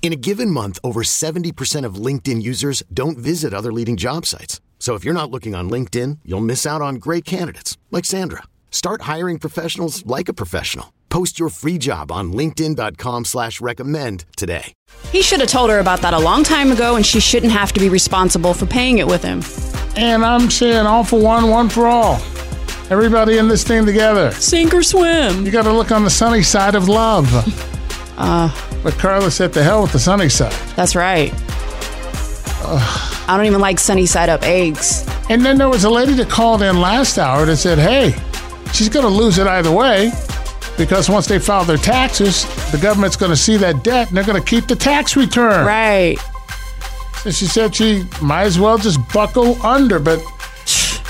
In a given month, over 70% of LinkedIn users don't visit other leading job sites. So if you're not looking on LinkedIn, you'll miss out on great candidates like Sandra. Start hiring professionals like a professional. Post your free job on linkedin.com slash recommend today. He should have told her about that a long time ago, and she shouldn't have to be responsible for paying it with him. And I'm saying all for one, one for all. Everybody in this thing together. Sink or swim. You got to look on the sunny side of love. but Carla said, "The hell with the sunny side." That's right. I don't even like sunny side up eggs. And then there was a lady that called in last hour that said, "Hey, she's going to lose it either way, because once they file their taxes, the government's going to see that debt and they're going to keep the tax return." Right. And she said she might as well just buckle under. But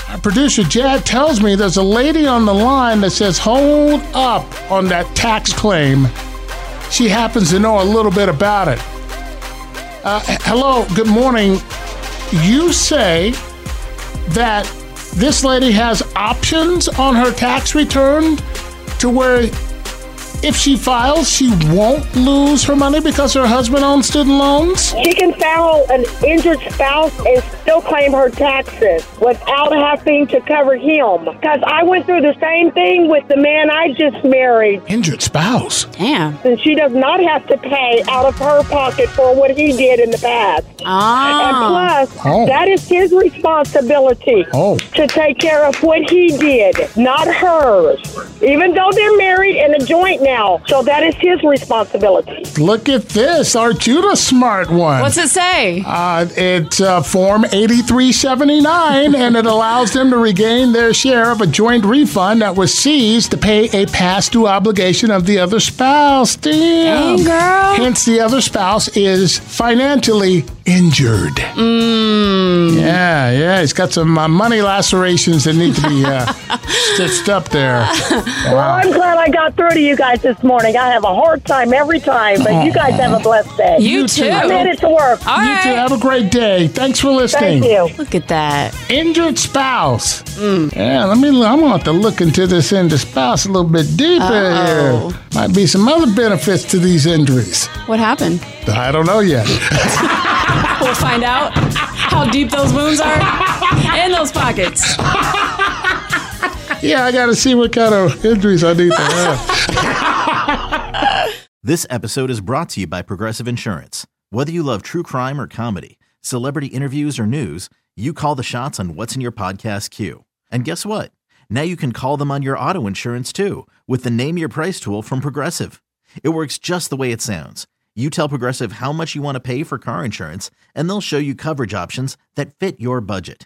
our producer Jad tells me there's a lady on the line that says, hold up on that tax claim. She happens to know a little bit about it. Uh, h- hello, good morning. You say that this lady has options on her tax return to where if she files, she won't lose her money because her husband owns student loans? She can file an injured spouse and still claim her taxes without having to cover him. Because I went through the same thing with the man I just married, Injured spouse. Damn. and she does not have to pay out of her pocket for what he did in the past. Ah. And plus, Oh. that is his responsibility Oh. to take care of what he did, not hers. Even though they're married and a joint now, so that is his responsibility. Look at this. Aren't you the smart one? What's it say? Uh, it's uh, Form 8379, and it allows them to regain their share of a joint refund that was seized to pay a past due obligation of the other spouse. Damn. Dang, girl. Hence, the other spouse is financially injured. Hmm. Yeah, yeah. He's got some uh, money lacerations that need to be uh, stitched up there. Well, I'm glad I got through to you guys this morning. I have a hard time every time, but you guys have a blessed day. You too. I'm headed to work. All You two right. have a great day. Thanks for listening. Thank you. Look at that. injured spouse. Yeah, let me. I'm gonna have to look into this injured spouse a little bit deeper. Uh-oh. Here. Might be some other benefits to these injuries. What happened? I don't know yet. We'll find out how deep those wounds are and those pockets. yeah, I gotta see what kind of injuries I need to have. This episode is brought to you by Progressive Insurance. Whether you love true crime or comedy, celebrity interviews or news, you call the shots on what's in your podcast queue. And guess what? Now you can call them on your auto insurance too with the Name Your Price tool from Progressive. It works just the way it sounds. You tell Progressive how much you want to pay for car insurance, and they'll show you coverage options that fit your budget.